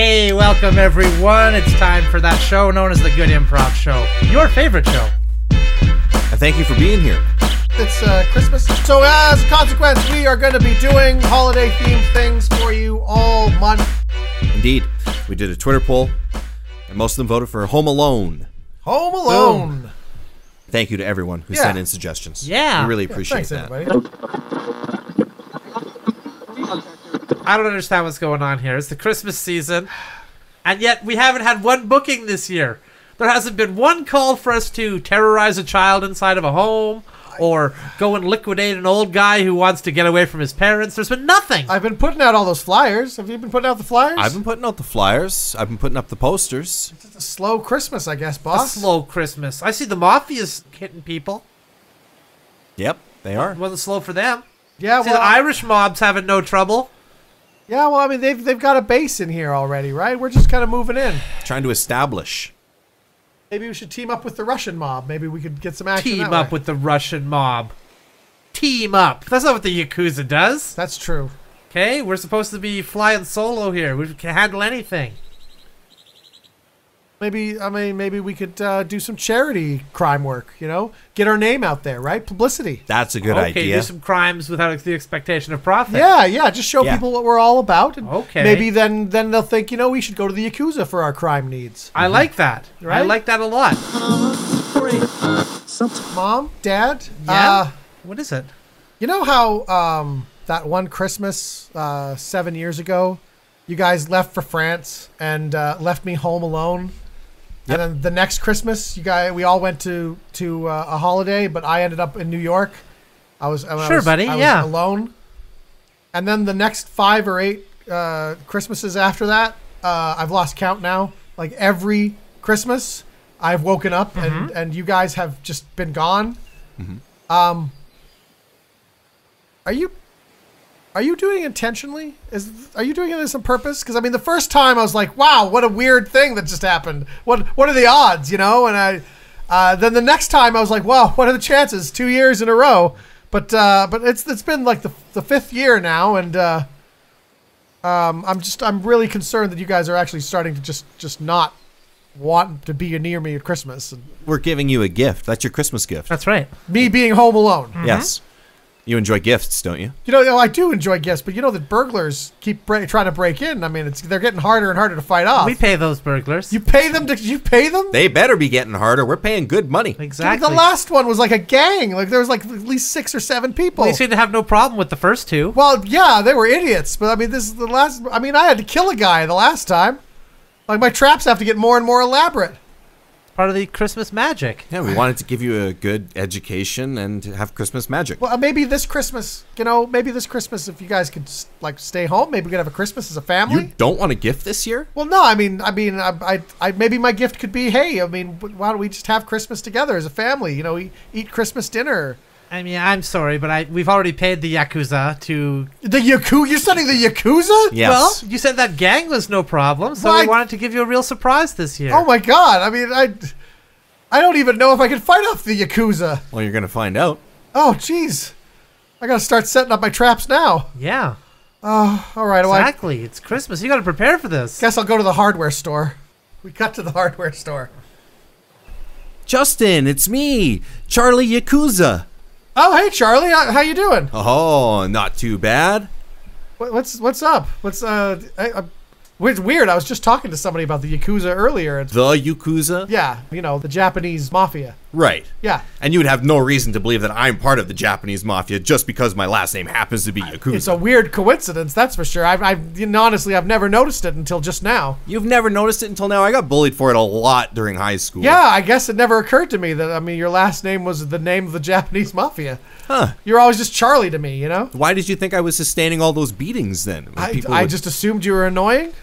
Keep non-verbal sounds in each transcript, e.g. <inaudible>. Welcome, everyone. It's time for that show known as the Good Improv Show, your favorite show. I thank you for being here. It's uh, Christmas. So, as a consequence, we are going to be doing holiday themed things for you all month. Indeed, we did a Twitter poll, and most of them voted for Home Alone. Home Alone. Thank you to everyone who Yeah. sent in suggestions. Yeah. we really Yeah, appreciate thanks, that. everybody. I don't understand what's going on here. It's the Christmas season, and yet we haven't had one booking this year. There hasn't been one call for us to terrorize a child inside of a home or go and liquidate an old guy who wants to get away from his parents. There's been nothing. I've been putting out all those flyers. Have you been putting out the flyers? I've been putting out the flyers. I've been putting up the posters. It's a slow Christmas, I guess, A boss. slow Christmas. I see the mafia's hitting people. Yep, they are. It wasn't slow for them. Yeah, See, the well, Irish mob's having no trouble. yeah, well, I mean, they've they've got a base in here already, right? We're just kind of moving in. Trying to establish. Maybe we should team up with the Russian mob. Maybe we could get some action. Team that up way. with the Russian mob. Team up. That's not what the Yakuza does. That's true. Okay, we're supposed to be flying solo here. We can handle anything. Maybe I mean, maybe we could uh, do some charity crime work. You know, get our name out there, right? Publicity. That's a good okay, idea. do some crimes without the expectation of profit. Yeah, yeah. Just show Yeah. people what we're all about. And Okay. Maybe then then they'll think you know we should go to the yakuza for our crime needs. Mm-hmm. I like that. I Right? like that a lot. Mom, Dad. Yeah. Uh, what is it? you know how um, that one Christmas uh, seven years ago, you guys left for France and uh, left me home alone. And then the next Christmas, you guys, we all went to to uh, a holiday, but I ended up in New York. I was I Sure, was- buddy, I was yeah. alone. And then the next five or eight uh, Christmases after that, uh, I've lost count now. Like every Christmas, I've woken up Mm-hmm. and and you guys have just been gone. Um, are you are you doing it intentionally? Is are you doing this on purpose? Because I mean, the first time I was like, "Wow, what a weird thing that just happened." What What are the odds? You know? And I uh, then the next time I was like, "Wow, <laughs> what are the chances?" Two years in a row. But uh, but it's it's been like the the fifth year now, and uh, um, I'm just I'm really concerned that you guys are actually starting to just just not want to be near me at Christmas. And We're giving you a gift. That's your Christmas gift. That's right. me being home alone. Uh-huh. Yes. You enjoy gifts, don't you? You know, you know, I do enjoy gifts, but you know that burglars keep bre- trying to break in. I mean, it's they're getting harder and harder to fight off. We pay those burglars. uh, you pay them to you pay them? They better be getting harder. We're paying good money. exactly. The last one was like a gang. Like there was like at least six or seven people. They seem to have no problem with the first two. well, yeah, they were idiots, but I mean, this is the last. I mean, I had to kill a guy the last time. Like my traps have to get more and more elaborate. Part of the Christmas magic. Yeah, we wanted to give you a good education and to have Christmas magic. Well, uh, maybe this Christmas, you know, maybe this Christmas, if you guys could s- like stay home, maybe we could have a Christmas as a family. you don't want a gift this year? Well, no, I mean, I mean, I, I, I, maybe my gift could be, hey, I mean, wh- why don't we just have Christmas together as a family? You know, we eat Christmas dinner. I mean, I'm sorry, but I we've already paid the yakuza to. The Yaku, you're studying the Yakuza? Yes. Well, you said that gang was no problem, so Well, we I- wanted to give you a real surprise this year. Oh my God! I mean, I, I don't even know if I can fight off the Yakuza. Well, you're going to find out. Oh, jeez, I gotta start setting up my traps now. Yeah. All right, well, I Exactly. It's Christmas. You got to prepare for this. guess I'll go to the hardware store. We cut to the hardware store. Justin, it's me, Charlie Yakuza. Oh, hey, Charlie, how how you doing? Oh, not too bad. What- What's what's up? What's uh? I, I, it's weird. I was just talking to somebody about the Yakuza earlier. and- The Yakuza? Yeah, you know, the Japanese mafia. Right. Yeah. And you would have no reason to believe that I'm part of the Japanese mafia just because my last name happens to be Yakuza. It's a weird coincidence, that's for sure. I've, I've you know, honestly, I've never noticed it until just now. You've never noticed it until now. I got bullied for it a lot during high school. Yeah, I guess it never occurred to me that, I mean, your last name was the name of the <laughs> Japanese mafia. Huh. You're always just Charlie to me, you know? Why did you think I was sustaining all those beatings then? When I, people I would- just assumed you were annoying.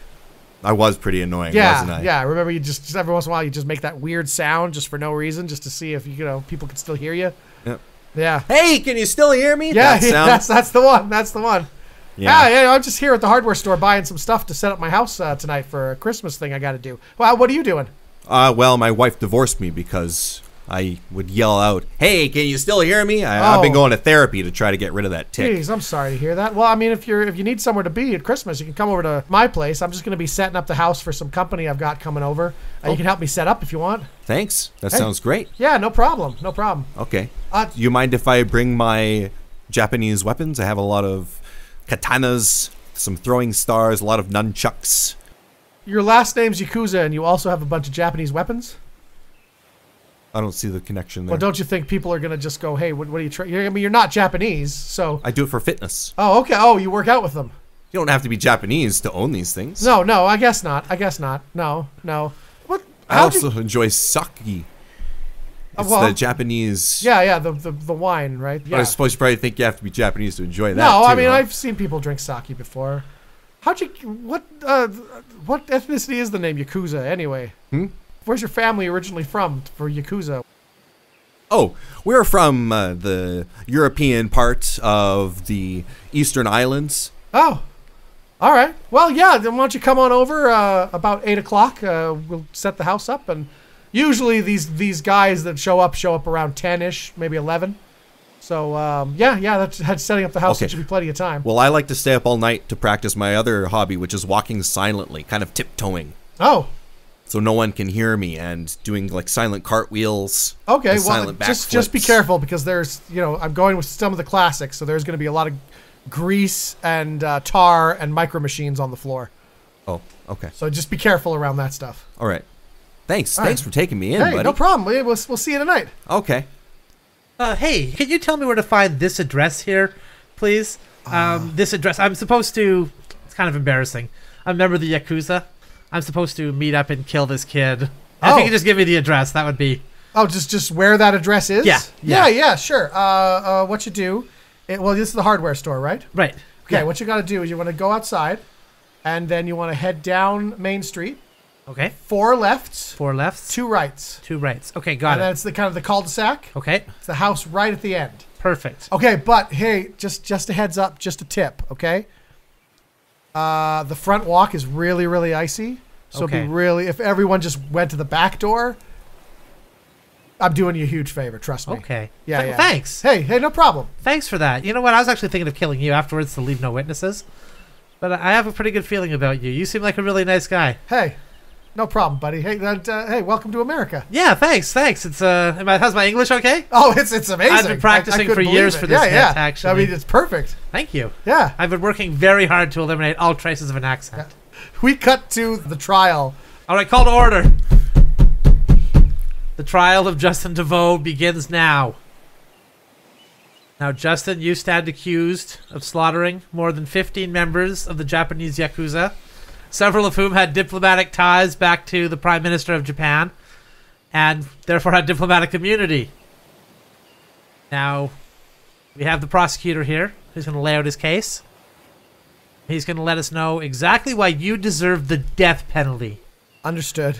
I was pretty annoying, wasn't Yeah, I? yeah. Remember, you just, just every once in a while you just make that weird sound just for no reason, just to see if you know people could still hear you. Yep. Yeah, Hey, can you still hear me? yeah. That <laughs> sound? That's that's the one. That's the one. <laughs> yeah. Yeah. Ah, yeah, I'm just here at the hardware store buying some stuff to set up my house uh, Ah, tonight for a Christmas thing I got to do. Well, what are you doing? Uh, well, my wife divorced me because I would yell out, "Hey, can you still hear me?" I, I've been Oh. going to therapy to try to get rid of that tick. Jeez, I'm sorry to hear that. Well, I mean, if you're if you need somewhere to be at Christmas, you can come over to my place. I'm just going to be setting up the house for some company I've got coming over. Uh, you can help me set up if you want. Thanks. That sounds great. Yeah, no problem. No problem. Okay. Uh, you mind if I bring my Japanese weapons? I have a lot of katanas, some throwing stars, a lot of nunchucks. Your last name's Yakuza, and you also have a bunch of Japanese weapons. I don't see the connection there. Well, don't you think people are going to just go, "Hey, what, what are you?" Tra-? You're, I mean, you're not Japanese, so. I do it for fitness. Oh, okay. Oh, you work out with them. You don't have to be Japanese to own these things. No, no, I guess not. I guess not. No, no. What? I How'd you- also enjoy sake. Uh, It's well, the Japanese. Yeah, yeah, the, the, the wine, right? But I Yeah. suppose you probably think you have to be Japanese to enjoy that. No, I too, mean huh? I've seen people drink sake before. How'd you? What? Uh, what ethnicity is the name Yakuza anyway? Hmm? Where's your family originally from for Yakuza? Oh, we're from uh, the European part of the Eastern Islands. Oh, all right. Well, yeah. Then why don't you come on over uh, about eight o'clock? Uh, we'll set the house up, and usually these these guys that show up show up around ten ish, maybe eleven. So um, yeah, yeah, that's, that's setting up the house. Okay. Should be plenty of time. Well, I like to stay up all night to practice my other hobby, which is walking silently, kind of tiptoeing, oh, so no one can hear me, and doing like silent cartwheels. Okay, and well, silent just just be backflips. careful because there's you know I'm going with some of the classics, so there's going to be a lot of grease and uh, tar and micro machines on the floor. Oh, okay, So just be careful around that stuff. all right. Thanks, All thanks right. for taking me in, hey, buddy. no problem. We- We'll, we'll see you tonight. okay, Uh, hey, can you tell me where to find this address here, please? Uh. Um, this address. I'm supposed to. It's kind of embarrassing. I'm a member of the Yakuza. I'm supposed to meet up and kill this kid. I think Oh. you could just give me the address. That would be. Oh, just just where that address is. Yeah, yeah, yeah. yeah, sure. Uh, uh, what you do? It, well, this is the hardware store, right? Right. Okay. What you got to do is you want to go outside, and then you want to head down Main Street, Okay. four lefts, Four lefts, two, two rights, rights. Okay, got and then it. it's the kind of the cul-de-sac. Okay, It's the house right at the end. perfect. Okay, but hey, just just a heads up, just a tip, okay? Uh, the front walk is really really icy, so Okay. be really if everyone just went to the back door. I'm doing you a huge favor, trust me. Okay. Yeah, Th- yeah. Thanks. Hey, hey, no problem. Thanks for that. You know what? I was actually thinking of killing you afterwards to leave no witnesses. But I I have a pretty good feeling about you. You seem like a really nice guy. Hey, no problem, buddy. Hey, that, uh, hey, welcome to America. Yeah, thanks, thanks. It's uh, am I- how's my English? Okay. Oh, it's it's amazing. I- I practicing couldn't for believe years it. for this Yeah, yeah. hit, actually. I mean, it's perfect. Thank you. Yeah. I've been working very hard to eliminate all traces of an accent. We cut to the trial. All right, call to order. The trial of Justin DeVoe begins now. Now, Justin, you stand accused of slaughtering more than 15 members of the Japanese Yakuza, several of whom had diplomatic ties back to the Prime Minister of Japan and therefore had diplomatic immunity. Now, we have the prosecutor here who's going to lay out his case. He's going to let us know exactly why you deserve the death penalty. Understood.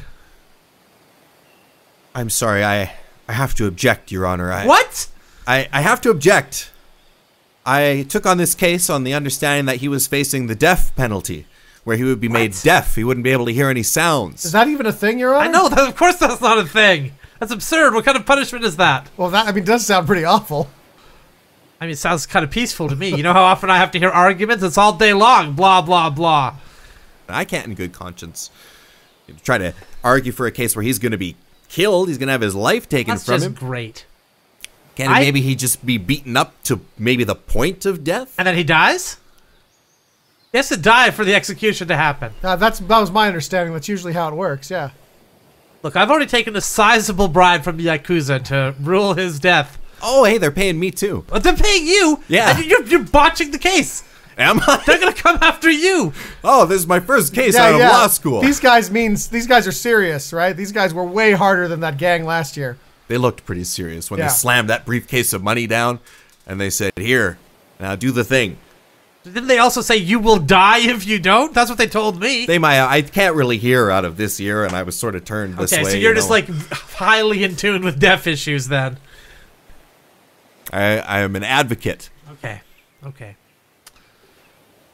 I'm sorry. I I have to object, Your Honor. I, What? I, I have to object. I took on this case on the understanding that he was facing the deaf penalty, where he would be made deaf. He wouldn't be able to hear any Is sounds. that even a thing, Your Honor? I know that. Of course, that's not a thing. That's absurd. What kind of punishment is that? Well, that I mean, does sound pretty awful. I mean, it sounds kind of peaceful to me. You know how often I have to hear arguments? It's all day long. Blah blah blah. I can't, in good conscience, try to argue for a case where he's going to be killed. He's going to have his life taken That's from just him. great. Can I- maybe he just be beaten up to maybe the point of death? And then he dies. He has to die for the execution to happen. Uh, that's that was my understanding. That's usually how it works. Yeah. Look, I've already taken a sizable bribe from the yakuza to rule his death, Oh, hey, they're paying me too. but they're paying you. Yeah. and you're, you're botching the case. Am I? <laughs> They're gonna come <laughs> after you. Oh, this is my first case yeah, out of yeah. law school. These guys means these guys are serious, right? These guys were way harder than that gang last year. They looked pretty serious when Yeah. they slammed that briefcase of money down and they said, Here, now do the thing. Didn't they also say you will die if you don't? That's what they told me. They my I can't really hear out of this ear and I was sort of turned this okay, way. so you you're just know. like highly in tune with deaf issues then. I, I am an advocate. Okay. Okay.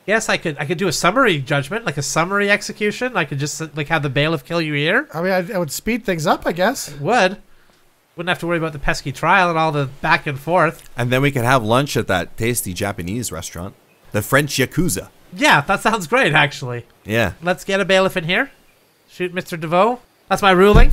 Yes, I could. I could do a summary judgment, like a summary execution. I could just like have the bailiff kill your ear. I mean, I, I would speed things up, I guess. Would. Wouldn't have to worry about the pesky trial and all the back and forth. And then we could have lunch at that tasty Japanese restaurant, the French Yakuza. Yeah, that sounds great, actually. Yeah. Let's get a bailiff in here. Shoot Mr. DeVoe. That's my ruling.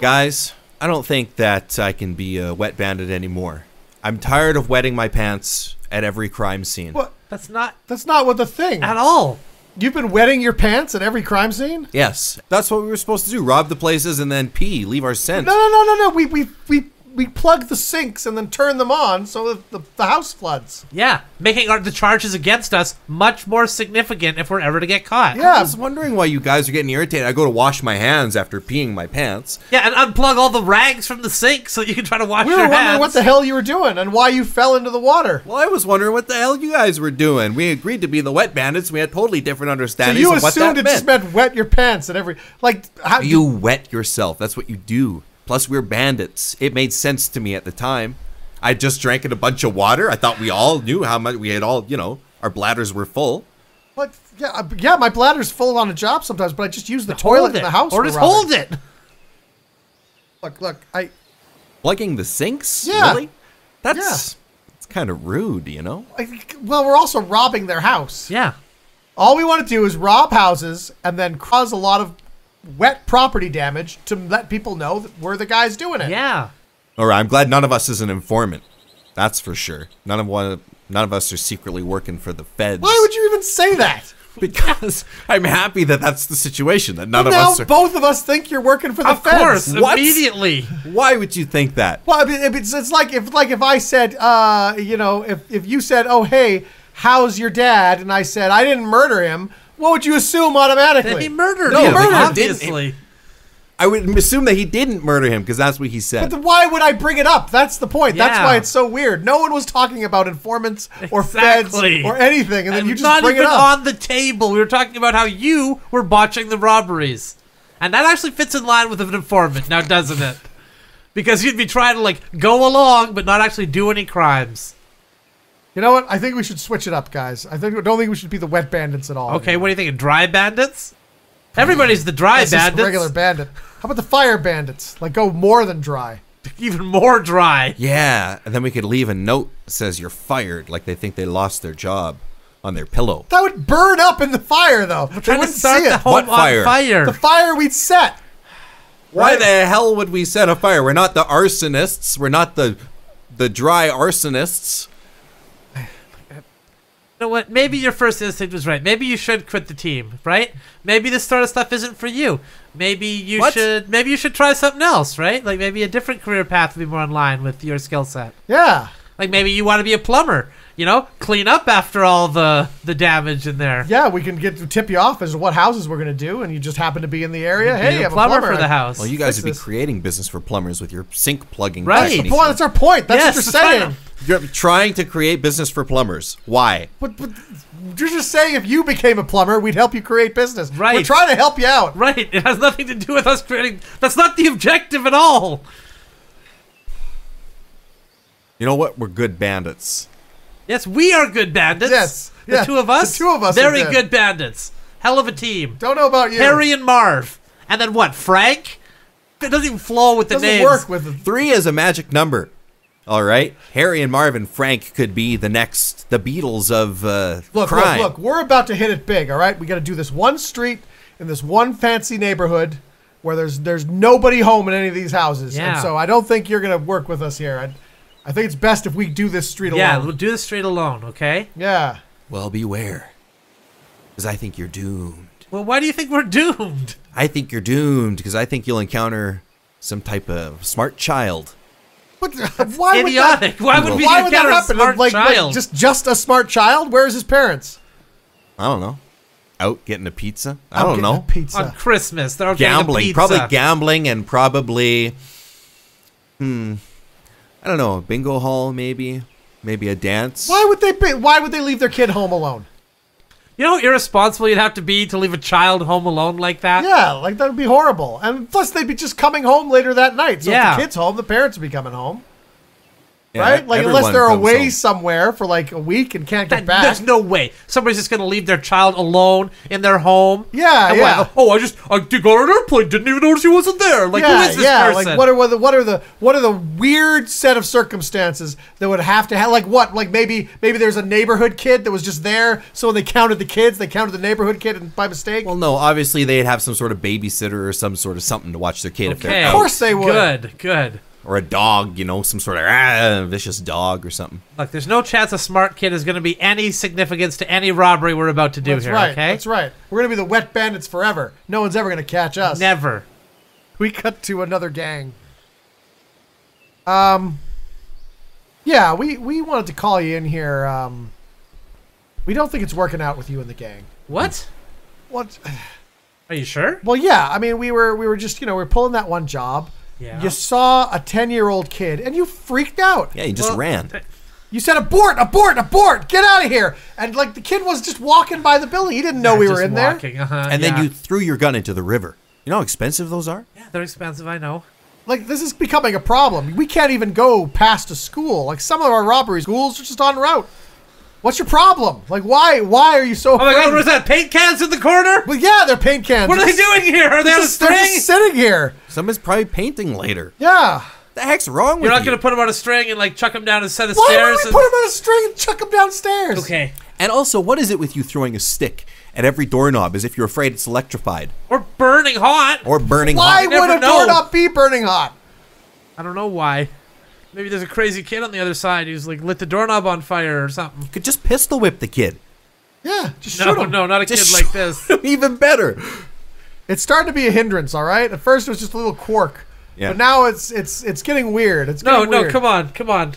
Guys, I don't think that I can be a wet bandit anymore. I'm tired of wetting my pants at every crime scene. What? That's not That's not what the thing. at all. You've been wetting your pants at every crime scene? Yes, that's what we were supposed to do: rob the places and then pee, leave our scent. No, no, no, no, no. We we we we plug the sinks and then turn them on so that the, the house floods. Yeah, making our, the charges against us much more significant if we're ever to get caught. I Yeah. was wondering why you guys are getting irritated. I go to wash my hands after peeing my pants. Yeah, and unplug all the rags from the sink so you can try to wash We were your wondering hands. what the hell you were doing and why you fell into the water. Well, I was wondering what the hell you guys were doing. We agreed to be the wet bandits. We had totally different So understandings you of what that assumed it meant. just meant wet your pants at every like how you wet yourself. That's what you do. Plus, we're bandits. It made sense to me at the time. I just drank in a bunch of water. I thought we all knew how much we had all, you know, our bladders were full. What? Yeah, uh, yeah. My bladder's full on a job sometimes, but I just use the Hold toilet in it, the house. Or we're just robbing. hold it. Look, look. I Plugging the sinks? Yeah. Really? That's it's kind of rude, you know? I, well, we're also robbing their house. Yeah. All we want to do is rob houses and then cause a lot of wet property damage to let people know that we're the guys doing it. Yeah. All right, I'm glad none of us is an informant. That's for sure. None of one, none of us are secretly working for the feds. Why would you even say that? <laughs> Because I'm happy that that's the situation. That none of now us are. both of us think you're working for the Of feds. course, What? immediately. Why would you think that? Well, I mean, if it's, it's like if like if I said, uh, you know, if if you said, "Oh, hey, how's your dad?" and I said, "I didn't murder him," what would you assume automatically? Then he murdered No, him, but he didn't. obviously. I would assume that he didn't murder him because that's what he said. But then why would I bring it up? That's the point. That's Yeah. why it's so weird. No one was talking about informants or Exactly. feds or anything, and then and you just not bring it even up. on the table. We were talking about how you were botching the robberies. And that actually fits in line with an informant now, doesn't it? Because you'd be trying to like go along but not actually do any crimes. you know what? I think we should switch it up, guys. I think don't think we should be the wet bandits at all. Okay, what do you think? Dry bandits? Everybody's the dry That's just bandits. regular bandit. How about the fire bandits? Like go more than dry. Even more dry. yeah, and then we could leave a note that says you're fired, like they think they lost their job on their pillow. That would burn up in the fire, though. They Trying to wouldn't start see the it. home What fire? on fire. the fire we'd set. Why the hell would we set a fire? We're not the arsonists. We're not the the dry arsonists. you know what? Maybe your first instinct was right. Maybe you should quit the team, right? Maybe this sort of stuff isn't for you. Maybe you What? should maybe you should try something else, right? Like maybe a different career path would be more in line with your skill set. Yeah. Like maybe you want to be a plumber, you know? Clean up after all the the damage in there. Yeah, we can get to tip you off as to what houses we're gonna do, and you just happen to be in the area. Be Hey, a I'm plumber, a plumber for the house. Well, you guys Fix would be this. creating business for plumbers with your sink plugging. Right. That's, the techniques. point. That's our point. That's Yes, what that's you're right. saying. You're trying to create business for plumbers. Why? But, but you're just saying if you became a plumber, we'd help you create business. We're Right. trying to help you out. Right. It has nothing to do with us creating that's not the objective at all. You know what? We're good bandits. Yes, we are good bandits. Yes, The yes, two of us? the two of us are Very good. good bandits. Hell of a team. Don't know about you. Harry and Marv. And then what? Frank? It doesn't even flow with the doesn't names. work with the Three is a magic number. All right. Harry and Marvin Frank could be the next, the Beatles of uh, look, crime. look, look. We're about to hit it big. All right, we got to do this one street in this one fancy neighborhood where there's there's nobody home in any of these houses. And Yeah. so I don't think you're gonna work with us here. I, I think it's best if we do this street yeah, alone. we'll do this straight alone, okay? yeah. Well, beware. Because I think you're doomed. Well, why do you think we're doomed? I think you're doomed because I think you'll encounter some type of smart child. What, uh, why idiotic. Would that, Why would we why would that encounter a happen? smart like, like, child? just just a smart child. Where is his parents? I don't know. Out getting a pizza? I I'm don't getting know. a Pizza. On Christmas, they're getting a gambling. pizza. Probably gambling and probably, hmm, I don't know, a bingo hall maybe, maybe a dance. Why would they be, Why would they leave their kid home alone? You know how irresponsible you'd have to be to leave a child home alone like that? Yeah, like that would be horrible. And plus, they'd be just coming home later that night. So Yeah. if the kid's home, the parents would be coming home. Yeah, right? Like unless everyone they're comes away home. somewhere for like a week and can't get That- back. there's no way somebody's just gonna leave their child alone in their home. Yeah, And yeah. what, oh, I just I did go on an airplane. Didn't even notice he wasn't there. Like yeah, who is this yeah. person? Like what are, what are what are the what are the weird set of circumstances that would have to have like what like maybe maybe there's a neighborhood kid that was just there so when they counted the kids they counted the neighborhood kid and by mistake. Well, no, obviously they'd have some sort of babysitter or some sort of something to watch their kid if okay. they're out. Of course they would. Good, good. Or a dog, you know, some sort of ah, vicious dog or something. Look, there's no chance a smart kid is going to be any significance to any robbery we're about to do that's here. right. okay, That's right. We're gonna be the wet bandits forever. No one's ever gonna catch us. Never. <laughs> we cut to another gang. Um, yeah, we we wanted to call you in here. Um, we don't think it's working out with you and the gang. What? <sighs> What? Hmm. Are you sure? Well, yeah. I mean, we were we were just you know we are pulling that one job. Yeah. You saw a ten year old kid and you freaked out. Yeah, he just Well, ran. You said abort, abort, abort. Get out of here. And like the kid was just walking by the building. He didn't know we Just were in there. walking, uh-huh, and yeah. then you threw your gun into the river. You know how expensive those are? Yeah, they're expensive. I know. Like this is becoming a problem. We can't even go past a school. Like some of our robbery schools are just on route. What's your problem? Like why why are you so Oh my afraid? God! What is that? Paint cans in the corner? Well, yeah, they're paint cans. What are They're they just- doing here? Are they They're on a just, they're just string? sitting here. Someone's probably painting later. Yeah. The heck's wrong with You're not you? going to put them on a string and like chuck them down a set of Why stairs? would we and- put him on a string and chuck him <laughs> downstairs? okay. And also, what is it with you throwing a stick at every doorknob as if you're afraid it's electrified Or burning hot. or burning Why hot? never would a know. doorknob be burning hot? I don't know why. Maybe there's a crazy kid on the other side who's like lit the doorknob on fire or something. You could just pistol whip the kid. <laughs> Yeah, just No, shoot him. no, not a Just kid like shoot this. Even better. It's starting to be a hindrance. All right. At first, it was just a little quirk. Yeah. But now it's it's it's getting weird. It's No, getting no, weird. come on, come on.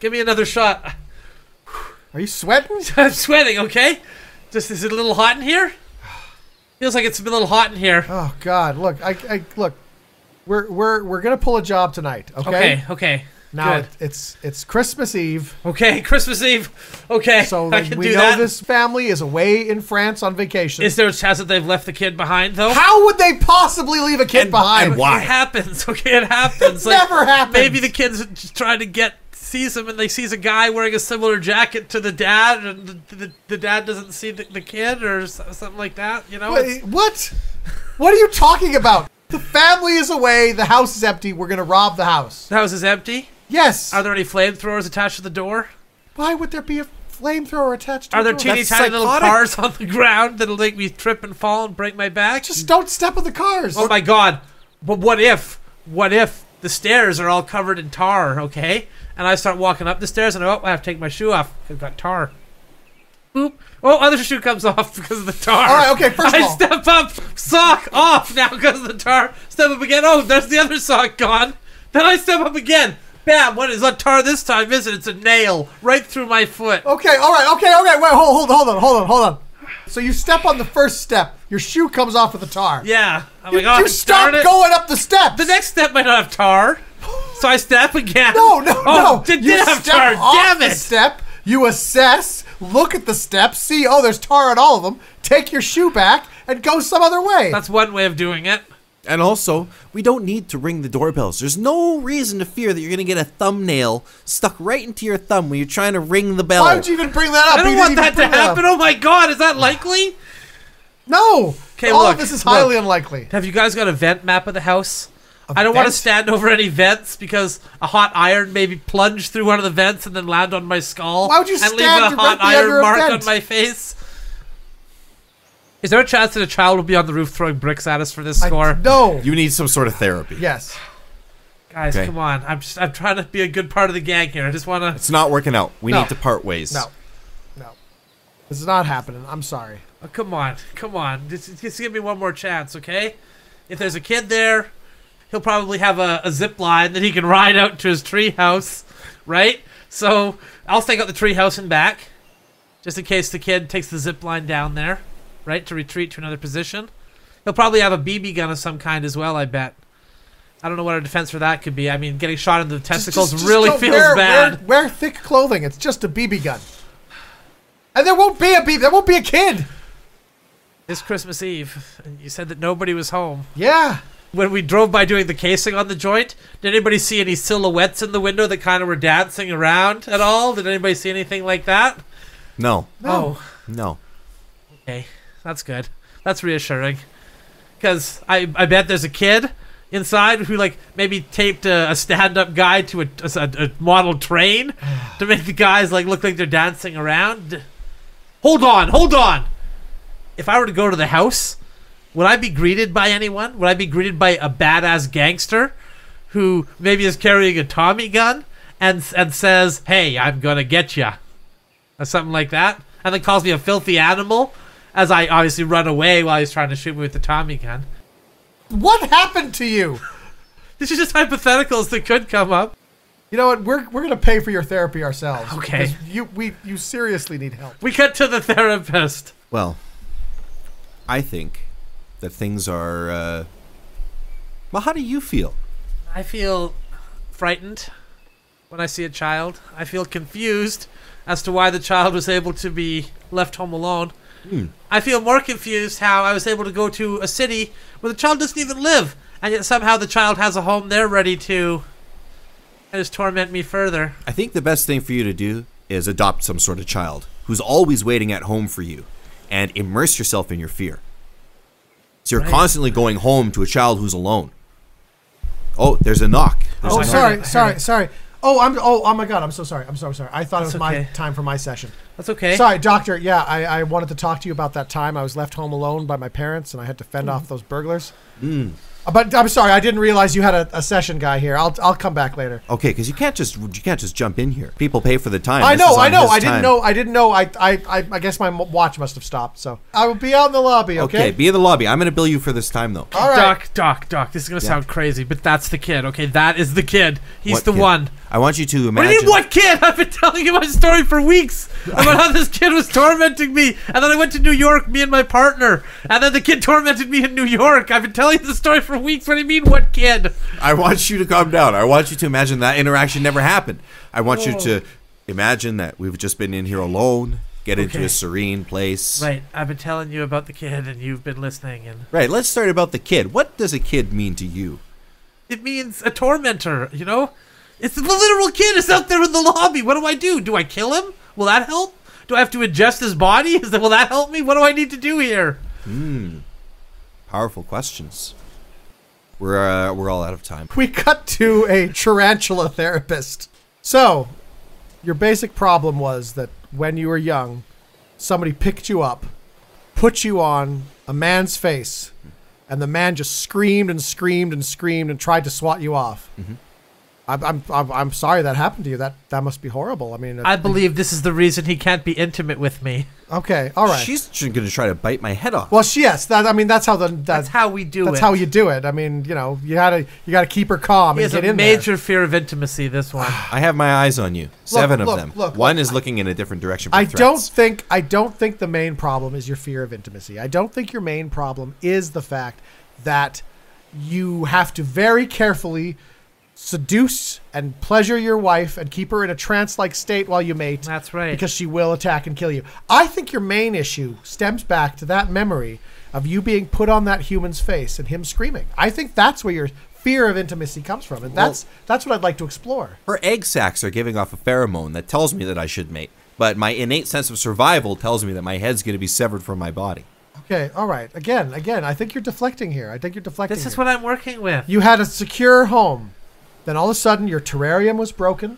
Give me another shot. <laughs> Are you sweating? <laughs> I'm sweating, okay? Just is it a little hot in here? Feels like it's a little hot in here. Oh God! Look, I, I look. We're we're we're gonna pull a job tonight. Okay. Okay, okay. Now good. it, it's it's <laughs> Christmas Eve, Okay, Christmas Eve. Okay, so I like, can we do know that. this family is away in France on vacation. Is there a chance that they've left the kid behind though? How would they possibly leave a kid And- behind? and why? It happens. Okay, it happens. It never happens. Maybe the kids just trying to get sees him and they sees a guy wearing a similar jacket to the dad and the, the, the dad doesn't see the, the kid or s- something like that. You know, Wait, what? What are you talking about? The family is away. The house is empty. We're gonna rob the house. the house is empty. Yes. Are there any flamethrowers attached to the door? why would there be a flamethrower attached? to Are a there door? teeny That's tiny little psychotic. cars on the ground that'll make me trip and fall and break my back? Just don't step on the cars. oh my god! But what if? What if the stairs are all covered in tar? Okay, and I start walking up the stairs and oh, I have to take my shoe off. I've got tar. Boop. Oh, other shoe comes <laughs> off because of the tar. All right, okay, first of I all- step up, sock off now because of the tar. Step up again. Oh, there's the other sock gone. Then I step up again. Bam! What is that tar this time? Is it? It's a nail right through my foot. Okay, all right, okay, okay. Wait, hold, hold, hold on, hold on, hold on. So you step on the first step. Your shoe comes off with the tar. Yeah. I'm You, like, oh, you stop darn it. going up the steps. The next step might not have tar. So I step again. No, no, oh, no. Did, you did have step tar. off Damn the it. step. You assess. Look at the steps. See, oh, there's tar on all of them. Take your shoe back and go some other way. That's one way of doing it. And also, we don't need to ring the doorbells. There's no reason to fear that you're going to get a thumbnail stuck right into your thumb when you're trying to ring the bell. Why would you even bring that up? I You don't didn't want even that to bring up. happen. Oh my god, is that likely? No. Okay, all look, of this is look. highly unlikely. Have you guys got a vent map of the house? I I don't want to vent? stand over any vents because a hot iron maybe plunge through one of the vents and then land on my skull. Why would you and stand leave a hot directly under iron a mark vent? on my face? Is there a chance that a child will be on the roof throwing bricks at us for this I- score? no. You need some sort of therapy. yes. Guys, Okay. come on. I'm just, I'm trying to be a good part of the gang here. I just want to It's not working out. We No. need to part ways. No. No. This is not happening. I'm sorry. Oh, come on, come on. Just, just give me one more chance, okay? If there's a kid there, he'll probably have a, a zip line that he can ride out to his tree house, right? So I'll stake out the tree house and back, just in case the kid takes the zip line down there, right, to retreat to another position. He'll probably have a BB gun of some kind as well, I bet. I don't know what our defense for that could be. I mean, getting shot in the testicles Just- just really don't- feels wear, bad. Wear, wear thick clothing. It's just a BB gun. And there won't be a BB. There won't be a kid. It's Christmas Eve, and you said that nobody was home. Yeah. when we drove by doing the casing on the joint, did anybody see any silhouettes in the window that kind of were dancing around at all? Did anybody see anything like that? No, No. Oh, no. okay. That's good. That's reassuring. Because I, I bet there's a kid inside who, like, maybe taped a, a stand up guy to a, a, a model train to make the guys, like, look like they're dancing around. Hold on, hold on! If I were to go to the house, would I be greeted by anyone? Would I be greeted by a badass gangster who maybe is carrying a Tommy gun and and says, "Hey, I'm gonna get ya," or something like that, and then calls me a filthy animal as I obviously run away while he's trying to shoot me with the Tommy gun? What happened to you? These are just hypotheticals that could come up. You know what? We're, we're gonna pay for your therapy ourselves. Okay. because You we you seriously need help. We cut to the therapist. Well, I think that things are. Uh, well, how do you feel? I feel frightened when I see a child. I feel confused as to why the child was able to be left home alone. I feel more confused how I was able to go to a city where the child doesn't even live, and yet somehow the child has a home there ready to and just torment me further. I think the best thing for you to do is adopt some sort of child who's always waiting at home for you and immerse yourself in your fear. So you're constantly going home to a child who's alone. Oh, there's a knock. There's Oh, a I heard knock. sorry, it. sorry, sorry. Oh, I'm. Oh, oh my God. I'm so sorry. I'm so sorry. I thought That's it was my okay. time for my session. That's okay. Sorry, doctor. Yeah, I, I wanted to talk to you about that time I was left home alone by my parents and I had to fend Mm. off those burglars. Uh, But I'm sorry, I didn't realize you had a, a session guy here. I'll I'll come back later. Okay, because you can't just you can't just jump in here. People pay for the time. I This know, is on I know. his I didn't time. know. I didn't know. I I I, I guess my m- watch must have stopped. So I will be out in the lobby. Okay, Okay. be in the lobby. I'm gonna bill you for this time though. All right. Doc, Doc, Doc. This is gonna sound crazy, but that's the kid. Okay, that is the kid. He's What the kid? one. I want you to What do imagine. you mean, what kid? <laughs> I've been telling you my story for weeks about how this kid was tormenting me. And then I went to New York, me and my partner. And then the kid tormented me in New York. I've been telling you the story for weeks. What do you mean, what kid? I want you to calm down. I want you to imagine that interaction never happened. I want you Oh. to imagine that we've just been in here alone, get into Okay. a serene place. Right, I've been telling you about the kid, and you've been listening. And Right, let's start about the kid. What does a kid mean to you? it means a tormentor, you know? It's the literal kid is out there in the lobby. What do I do? Do I kill him? Will that help? Do I have to adjust his body? Is that, will that help me? What do I need to do here? Powerful questions. We're uh, we're all out of time. we cut to a tarantula therapist. So, your basic problem was that when you were young, somebody picked you up, put you on a man's face, and the man just screamed and screamed and screamed and tried to swat you off. Mm-hmm. I'm, I'm, I'm, I'm sorry that happened to you. That that must be horrible. I mean, it- I believe this is the reason he can't be intimate with me. okay, all right. She's going to try to bite my head off. well, she, yes, that I mean that's how the that, That's how we do that's it. how you do it. I mean, you know, you gotta you gotta keep her calm He and has get a in Ah, major fear of intimacy. This one. I have my eyes on you. Seven of look, them. look, One is looking in a different direction. For I threats. don't think I don't think the main problem is your fear of intimacy. I don't think your main problem is the fact that you have to very carefully seduce and pleasure your wife and keep her in a trance-like state while you mate. That's right. Because she will attack and kill you. I think your main issue stems back to that memory of you being put on that human's face and him screaming. I think that's where your fear of intimacy comes from, and that's that's what I'd like to explore. Her egg sacs are giving off a pheromone that tells me that I should mate, but my innate sense of survival tells me that my head's going to be severed from my body. Okay, all right. Again, again, I think you're deflecting here. I think you're deflecting. this is here. what I'm working with. You had a secure home. Then all of a sudden, your terrarium was broken.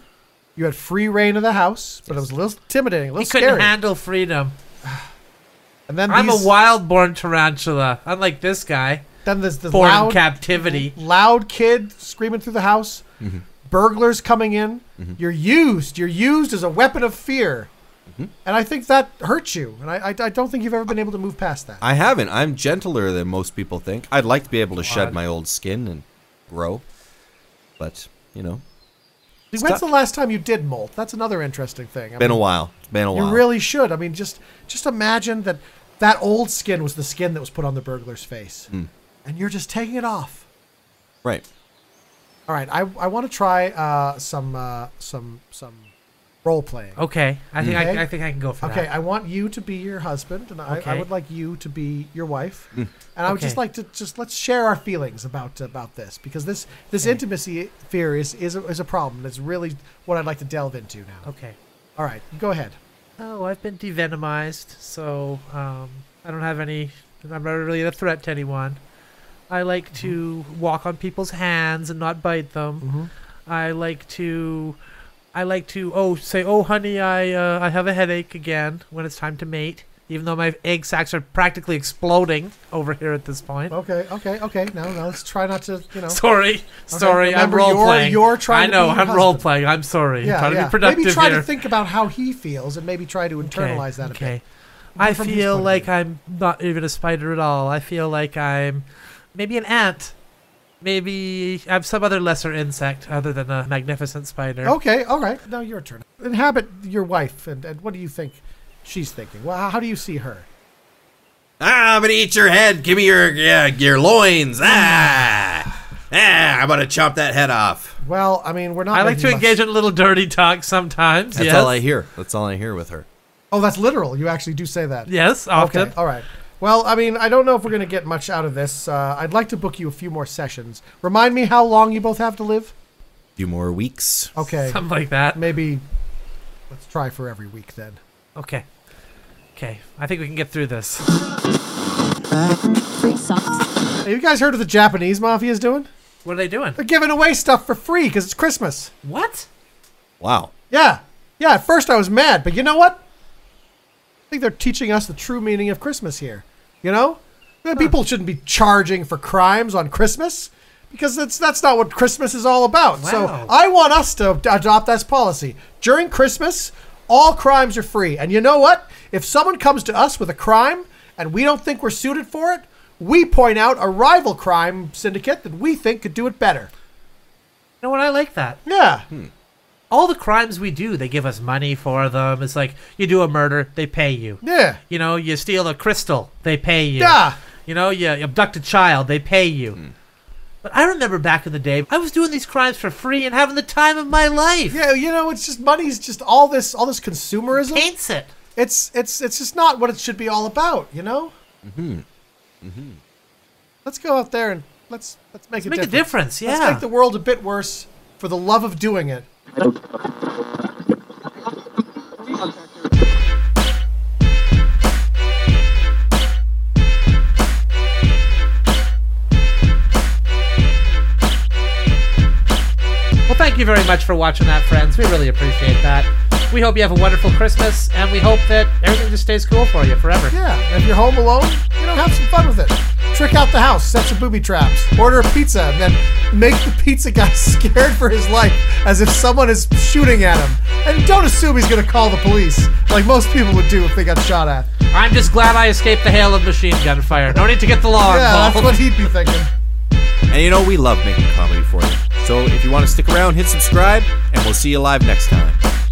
You had free reign of the house, but it was a little intimidating, a little he couldn't scary. handle freedom. and then I'm a these- wild-born tarantula, unlike this guy, Then there's the born in loud, captivity. loud kid screaming through the house. Mm-hmm. Burglars coming in. You're used. You're used as a weapon of fear. Mm-hmm. And I think that hurts you. And I, I, I don't think you've ever been able to move past that. I haven't. I'm gentler than most people think. I'd like to be able to shed my old skin and grow, but you know, When's the last time you did molt? That's another interesting thing. I been a mean, while. It's been a You while. really should. I mean, just just imagine that that old skin was the skin that was put on the burglar's face, Hmm. and you're just taking it off. right? All right, I, I want to try uh, some uh, some some Role playing. Okay, I think Okay. I, I think I can go Oh, for Okay, that. I want you to be your husband, and I, I Okay. Hmm. would like you to be your wife. And I would just Okay. like to just let's share our feelings about about this because this this intimacy fear is is a, is a problem. That's really what I'd like to delve into now. Okay. All right, go ahead. Oh, I've been devenomized, so um, I don't have any. I'm not really a threat to anyone. I like to Mm-hmm. walk on people's hands and not bite them. I like to, I like to oh say oh honey I uh, I have a headache again when it's time to mate. Even though my egg sacs are practically exploding over here at this point. Okay, okay, okay. Now now let's try not to <laughs> you know. Sorry, sorry, I'm remember, role you're- playing. you're trying I to know be your I'm husband. role playing. I'm sorry. I'm Yeah, trying yeah. to be productive maybe try here. to think about how he feels and maybe try to internalize that a bit. I From his point feel of like view. I'm not even a spider at all. I feel like I'm maybe an ant. Maybe I'm some other lesser insect other than a magnificent spider. Okay, all right. Now your turn. Inhabit your wife, and, and what do you think she's thinking? Well, how- how do you see her? Ah, I'm gonna eat your head. Give me your yeah, your loins. Ah, ah, I'm gonna chop that head off. Well, I mean, we're not. I like making to much- engage in a little dirty talk sometimes. That's yes. all I hear. That's all I hear with her. Oh, that's literal. You actually do say that. Yes, Okay. often. All right. Well, I mean, I don't know if we're going to get much out of this. Uh, I'd like to book you a few more sessions. Remind me how long you both have to live. Few more weeks. Okay. Something like that. Maybe let's try for every week then. Okay. Okay. I think we can get through this. Free socks. Have you guys heard what the Japanese mafia is doing? What are they doing? They're giving away stuff for free because it's Christmas. What? Wow. Yeah. Yeah, at first I was mad, but you know what? I think they're teaching us the true meaning of Christmas here. You know? The People shouldn't be charging for crimes on Christmas because that's that's not what Christmas is all about. Wow. So I want us to ad- adopt this policy. During Christmas, all crimes are free. And you know what? If someone comes to us with a crime and we don't think we're suited for it, we point out a rival crime syndicate that we think could do it better. You know what? I like that. Yeah. All the crimes we do, they give us money for them. It's like you do a murder, they pay you. Yeah. You know, you steal a crystal, they pay you. Yeah. You know, you abduct a child, they pay you. But I remember back in the day, I was doing these crimes for free and having the time of my life. Yeah, you know, it's just money's just all this all this consumerism. Paints it. It's it's it's just not what it should be all about, you know? Mhm. Mhm. Let's go out there and let's let's make, a, Make difference. a difference, yeah. Let's make the world a bit worse for the love of doing it. well, thank you very much for watching that, friends. We really appreciate that. We hope you have a wonderful Christmas, and we hope that everything just stays cool for you forever. Yeah. And if you're home alone, you know, have some fun with it. Trick out the house, set some booby traps, order a pizza, and then make the pizza guy <laughs> scared for his life as if someone is shooting at him. And don't assume he's gonna call the police, like most people would do if they got shot at. I'm just glad I escaped the hail of machine gun fire. No need to get the law Yeah, involved. that's what he'd be thinking. And you know we love making comedy for you. So if you want to stick around, hit subscribe, and we'll see you live next time.